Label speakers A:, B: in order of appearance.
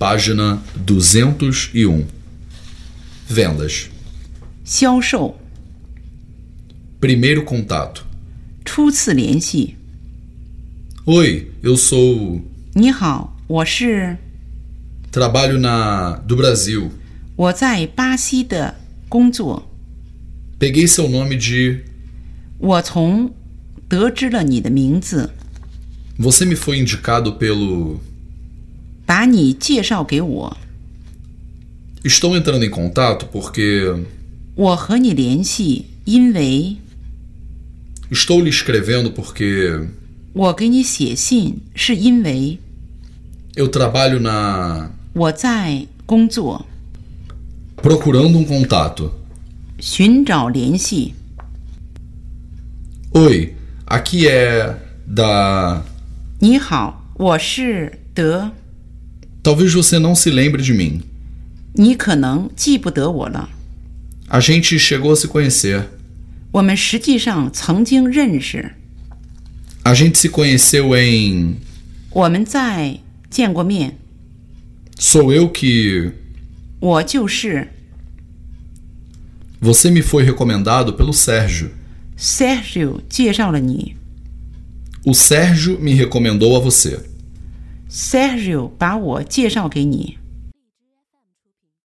A: página 201. Vendas.
B: 销售、
A: Primeiro contato.
B: 初次联系。
A: Oi, eu sou.
B: 你好，我是
A: Trabalho na. do Brasil.
B: 我在巴西的工作。
A: Peguei seu nome de.
B: 我从得知了你的名字，
A: Você me foi indicado pelo.
B: 把你介绍给我，
A: Estou entrando em contato porque.
B: 我和你联系，因为
A: Estou lhe escrevendo porque.
B: 我给你写信，是因为
A: Eu trabalho na.
B: 我在工作，
A: Procurando um contato.
B: 寻找联系。
A: Oi, aqui é. da.
B: 你好，我是德，
A: Talvez você não se lembre de mim.
B: 你可能记不得我了。
A: A gente chegou a se conhecer.
B: 我们实际上曾经认识，
A: A gente se conheceu em.
B: 我们在见过面。
A: Sou eu que.
B: 我就是
A: Você me foi recomendado pelo Sérgio.
B: Sergio 介绍了你
A: O Sérgio me recomendou a você.
B: ，Sergio 把我介绍给你。